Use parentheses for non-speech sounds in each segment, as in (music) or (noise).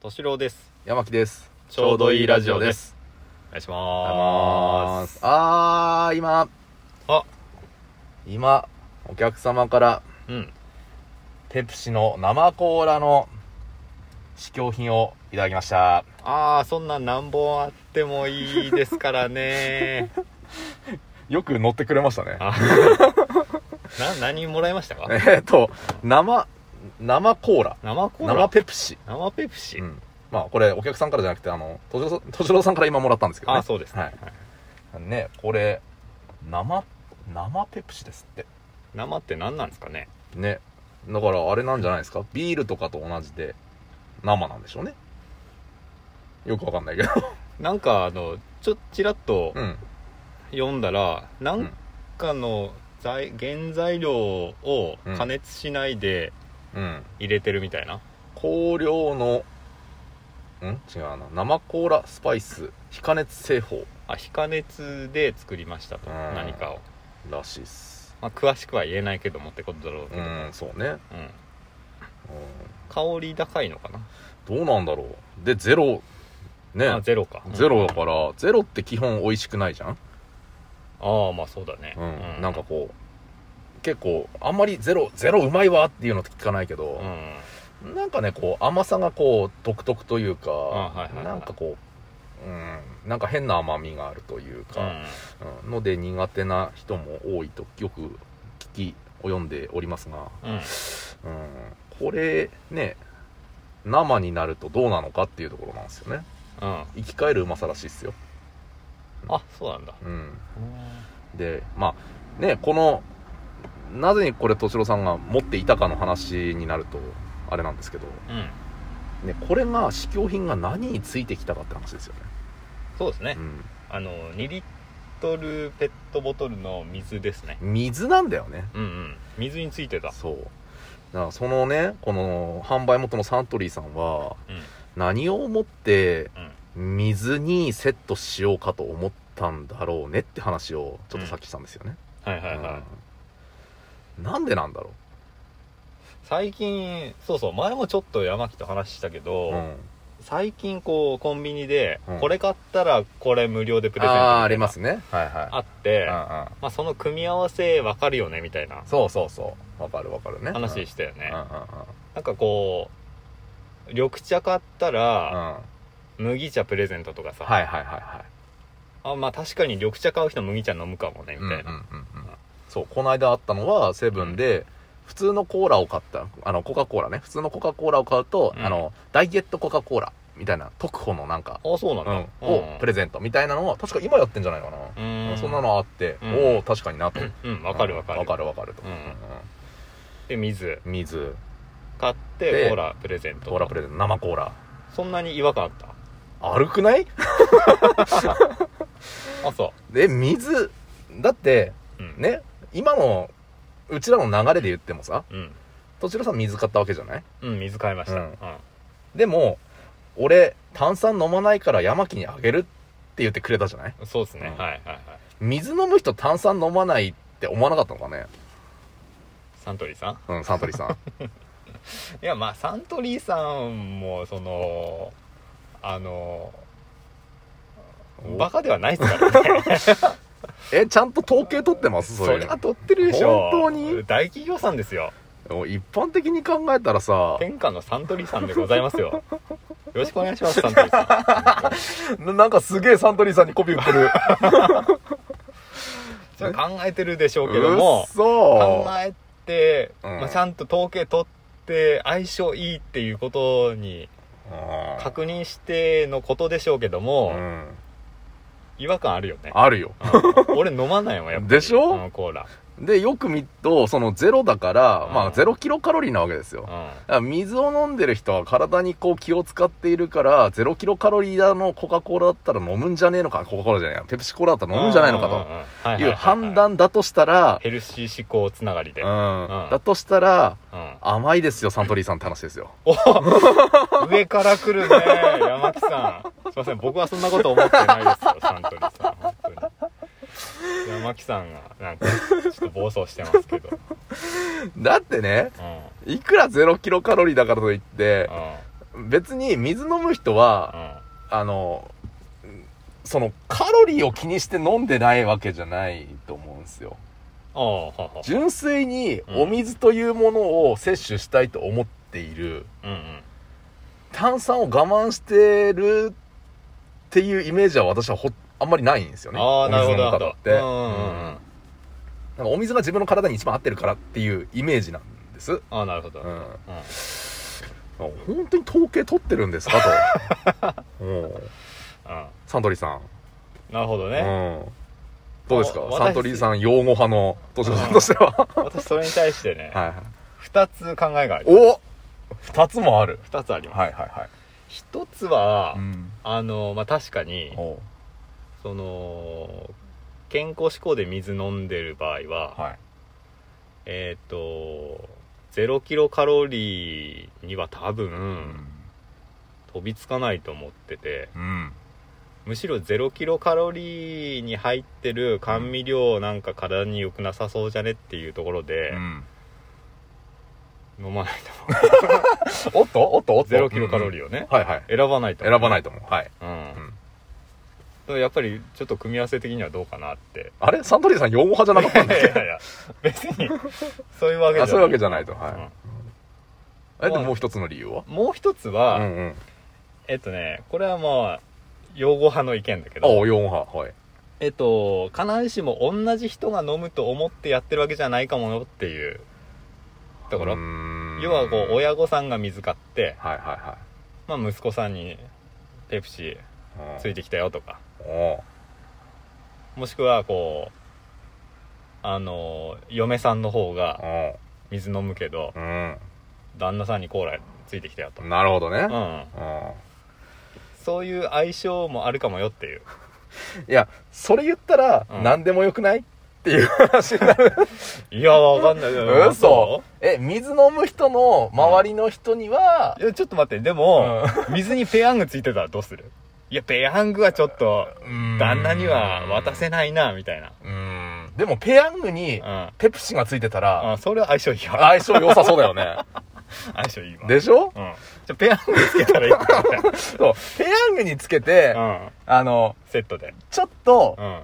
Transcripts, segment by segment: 敏郎です山木ですちょうどいいラジオですお願いしあまーすあー今あ今お客様からうんペプシの生コーラの試供品をいただきましたああそんな何本あってもいいですからねよく乗ってくれましたね (laughs) あ (laughs) な何もらいましたかえーっと生生コーラ生コーラ生ペプシ、生ペプシ、うんまあこれお客さんからじゃなくてあの敏郎さん敏郎さんから今もらったんですけど、ね、あーそうですね、はいはいねこれ生生ペプシですって生って何なんですかねねだからあれなんじゃないですかビールとかと同じで生なんでしょうねよくわかんないけどなんかあのちょちらっとうん読んだら、なんかの材原材料を加熱しないでうん入れてるみたいな、香料のん違うな生コーラスパイス非加熱製法あ非加熱で作りましたとうん何かを、らしいっすまあ、詳しくは言えないけどもってことだろうけうど、うんんそうね、香り高いのかな、うん、どうなんだろうでゼロねあゼロかゼロだかから、ゼロって基本美味しくないじゃんああまあそうだねうん、なんかこう結構あんまりゼロゼロうまいわっていうのって聞かないけうど、んなんかねこう甘さがこう独特というか、はいはいはいなんかこううんなんか変な甘みがあるといううか、んうんので苦手な人も多いとよく聞き及んでおりますが、うんうん、これね生になるとどうなのかっていうところなんですよねうん生き返るうまさらしいっすよ、あそうなんだうん、うんでまあねこのなぜにこれ敏郎さんが持っていたかの話になるとあれなんですけど、うんね、これが試供品が何についてきたかって話ですよね、そうですね、うん、あの2リットルペットボトルの水ですね水なんだよねうんうん水についてたそうだからそのねこの販売元のサントリーさんはう何をもってんうん水にセットしようかと思ったんだろうねって話をちょっとさっきしたんですよね、はいはいはい、うんなんでなんだろ最近そうそう前もちょっと山木と話したけう、ど、うん、最近こうコンビニで、うんこれ買ったらこれ無料でプレゼントみたいなああありますねはいはいあって、うんうんまあ、その組み合わせ分かるよねみたいなそうそうそうわかるわかるね話ししたよね、うんうんなんかこう緑茶買ったうんらうん麦茶プレゼントとかさ、はいはいはいはあまあ確かに緑茶買う人麦茶飲むかもねいみたいな、うんうんうんうんそうこの間あったのはセブンで普通のコーラを買ったあのコカ・コーラね普通のコカ・コーラを買うと、うんあのダイエットコカ・コーラみたいな特保のなんか、あそうなんうだ、んをプレゼントみたいなのを確か今やってんじゃないかな、うんそんなのあって、うんおお確かになと分うん分かる分かる分かる分かると、うんうんで水うん水買ってでコーラプレゼントコーラプレゼント生コーラそんなに違和感あった悪くない (laughs) あそで水だってう、うん、ね今のうちらの流れで言ってもさうん、敏郎さん水買ったわけじゃないうん、水買いました、ううんんでも俺炭酸飲まないから山木にあげるって言ってくれたじゃないそうですね、うんはいはいはい水飲む人炭酸飲まないって思わなかったのかねサントリーさんうんサントリーさ (laughs) んいやまあサントリーさんもそのあのおバカではないですからねえちゃんと統計取ってますそそういうりのゃ取ってるでしょ本当に大企業さんですよもう一般的に考えたらさ天下のサントリーさんでございますよよろしくお願いし (laughs) ますサントリーさななんかすげえサントリーさんにコピー売ってるんそれ考えてるでしょうけどうもっそ考えて、うんまあ、ちゃんと統計取って相性いいっていうことに確認してのことでしょうけどうも、ん、違和感あるよねあるようん俺飲まないもんやっぱりでしょうんコーラでよく見るとそのゼロだから、まうあんゼロキロカロリーなわけですよ、うんだから水を飲んでる人は体にこう気を使っているから、ゼロキロカロリーだのコカ・コーラだったら飲むんじゃねえのか、コカ・コーラじゃねえや、ペプシコーラだったら飲むんじゃないのかとという判断だとしたら、ヘルシー思考つながりうで、ん、うんだとしたら、甘いですよ、サントリーさんって話ですよ。 (laughs) 上から来るね山木さんすいません僕はそんなこと思ってないですよサントリーさん本当に山木さんがなんかちょっと暴走してますけど、うんだってね、うんいくらゼロキロカロリーだからといって、別に水飲む人は、あの、そのカロリーを気にして飲んでないわけじゃないと思うんですよ。ああはは純粋にお水というものを摂取したいと思っている、うんうん炭酸を我慢してるっていうイメージは私はほあんまりないんですよね。ああなるほどなるお水の方ほって。どううんんうんなんかお水が自分の体に一番合ってるからっていうイメージなんです。ああなるほどうん。うん本当に統計取ってるんですか (laughs) と。うん。うんサントリーさん。なるほどねうん。どうですかあサントリーさん擁護派の、としこさんとしては。私それに対してねはいはい。 2つ考えがありますお二つもある。 2つありますはいはいはい。一つは、ん。あのまあ確かにおうその健康志向で水飲んでる場合は、はい。えっ、と0キロカロリーには多分、飛びつかないと思っててうん。むしろ0キロカロリーに入ってる甘味料なんか体に良くなさそうじゃねっていうところで、ん。飲まないとおっとおっとおっと思う0キロカロリー。ーをね、はいはい。選ばないと選ばないとと思う。はい。うん、んでもやっぱりちょっと組み合わせ的にはどうかなって (laughs) あれサントリーさん擁護派じゃなかったんいだや (laughs) っいやいや別にそういうわけじゃなけあ、いそういうわけじゃないと。はい。うんえ、でももう一つの理由はもう一つは、うんうん。えっとねこれはまあ用語派の意見だけあ、どお、4派。はい。えっと必ずしも同じ人が飲むと思ってやってるわけじゃないかもよっていうところうーん要はこう親御さんが水買って、はいはまあ、息子さんにペプシいはつい。いて。てきたよとかおうもしくはこうあの嫁さんの方がお水飲むけどううん。旦那さんにコーラついてきたよと、なるほどねう。ん、うん。そういう相性もあるかもよっていういや、それ言ったら、うん何でもよくないっていう話になる。いやわかんない (laughs) 嘘え、水飲む人の周りの人には、いやちょっと待ってでも、水にペヤングついてたらどうするいやペヤングはちょっと旦那には渡せなないなみたいなうん。でも、ペヤングにうんペプシがついてたら、あそれは相性いいわ相性良さそうだよね。相性いいわでしょうんじゃペヤングつけたらいいかみたいそう。ペヤングにつけて、なうんあの、セットでちょっとう、んは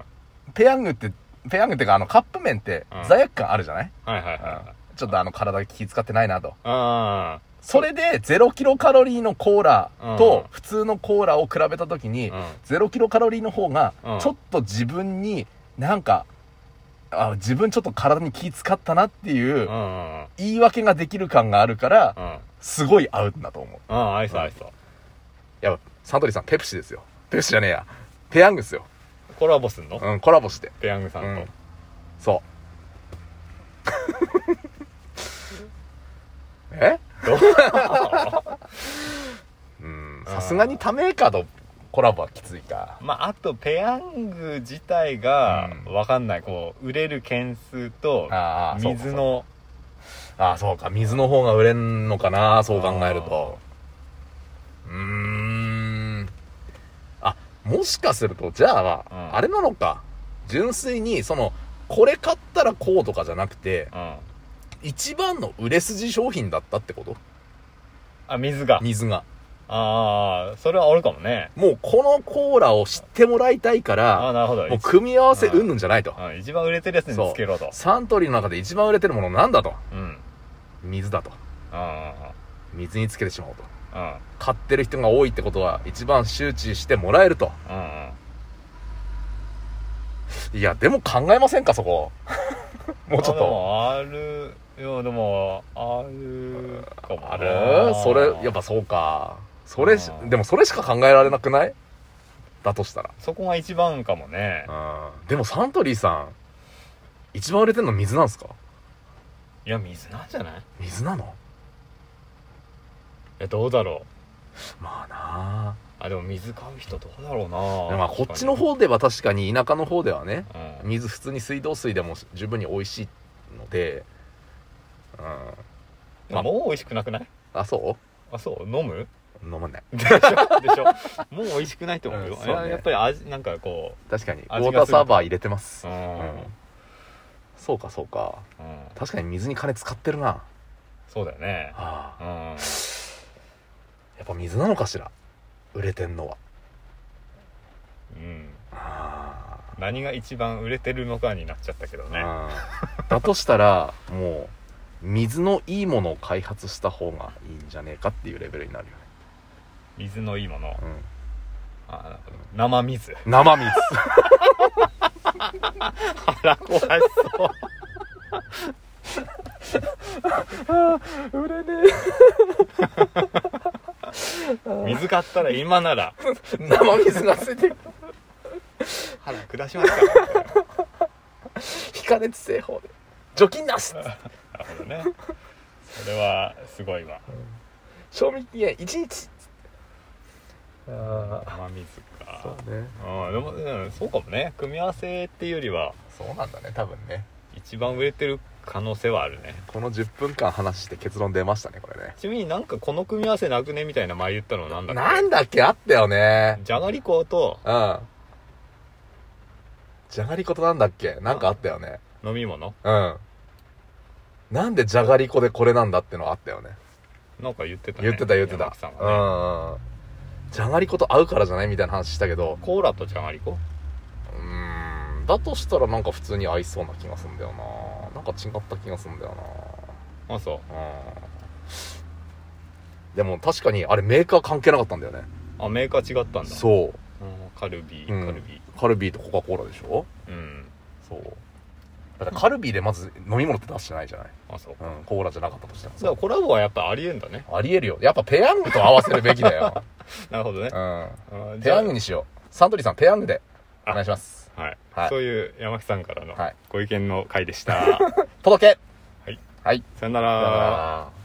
いペヤングって、ペヤングっていうか、あの、カップ麺ってうん罪悪感あるじゃない、はいはいうんあちょっとあの、体気遣ってないなと。あそれで、0キロカロリーのコーラと、普通のコーラを比べたときにー、うん0キロカロリーの方がうん、ちょっと自分に、なんか、あ自分ちょっと体に気遣ったなっていうう、んうん言い訳ができる感があるから、うんすごい合うんだと思う。うん愛想愛想いや、サントリーさん、ペプシですよ。ペプシじゃねえや。ペヤングですよ。コラボすんのうん、コラボして。ペヤングさんうんとそう。 (laughs) えどううん、さすがに他メーカーとコラボはきついか。まあ、あとペヤング自体がうんわかんないこう売れる件数とああ、そうか水。のああ、そうか。水の方が売れんのかな、そう考えると。うーん。あ、もしかすると、じゃあ、うんあれなのか。純粋に、その、これ買ったらこうとかじゃなくて、うん一番の売れ筋商品だったってことあ水が水が。ああそれはあるかもねもうこのコーラを知ってもらいたいかああら、なるほどもう組み合わせうんぬんじゃないと。うん一番売れてるやつにつけろとサントリーの中で一番売れてるものなんだと。うんうん水だと。うん水につけてしまおうと。うん買ってる人が多いってことは、一番周知してもらえると。うんいや、でも考えませんか、そこ。 (laughs) もうちょあでっと。もあるいやでもあるかもなあれそれ、やっぱそうか。それしあ、ーでもそれしか考えられなくないだとしたら。そこが一番かもねうん。でもサントリーさん、一番売れてるの水なんですかいや水なんじゃないい水なのやどうだろうまあなあ。あでも水買う人どうだろうなまあこっちの方では確かに田舎の方ではねうん水普通に水道水でも十分に美味しいのでうんまあもう美味しくなくないあそあそう飲 (laughs) むう飲まないでしょでしょもう美味しくないと思うよ、うんそういねややっぱり味なんかこ確かにウ味がするォーターサーバー入れてますううん、うんそうかそうかうん確かに水に金使ってるなそうだよねはあうんいやっぱ水なのかしら売れてんのはうんあ何が一番売れてるのかになっちゃったけどーねあーだとしたらもう水のいいものを開発した方がいいんじゃねえかっていうレベルになるよね水のいいもの、うんあなるほど生水生水腹壊しそう (laughs) 売れね水買ったら今ならえ生水がついてる腹下しますからね非加熱製法で除菌なしなるほどねそれはすごいわ賞味期限1日あ生水あかそうねうん、でも、うん、そうかもね組み合わせっていうよりはそうなんだね多分ね一番売れてる可能性はあるねこの10分間話して結論出ましたねこれねちなみになんかこの組み合わせなくねみたいな前言ったのなんだっけなんだっけあったよねじゃがりことうんじゃがりことなんだっけなんかあったよね飲み物うんなんでじゃがりこでこれなんだってのあったよねなんか言ってたね言ってた言ってた、山木さんうがねんうんじゃがりこと合うからじゃないみたいな話したけどコーラとじゃがりこうーんだとしたらなんか普通に合いそうな気がすんだよななんか違った気がすんだよあそなうんでも確かにあれメーカー関係なかったんだよねうあメーカー違ったんだう、そん、カルビー、うんカルビうカルビーとコカ・コーラでしょーうんそうだってカルビーでまず飲み物って出してないじゃない、あそうだかうん、コーラじゃなかったとしてもらコラボはやっぱありえんだねありえるよやっぱペヤングと合わせるべきだよ、なるほどね (laughs) うん、あペヤングにしようサントリーさんペヤングでお願いしますはい、はいそういう山木さんからのはいご意見の回でした、届けはいはいさよなさよならら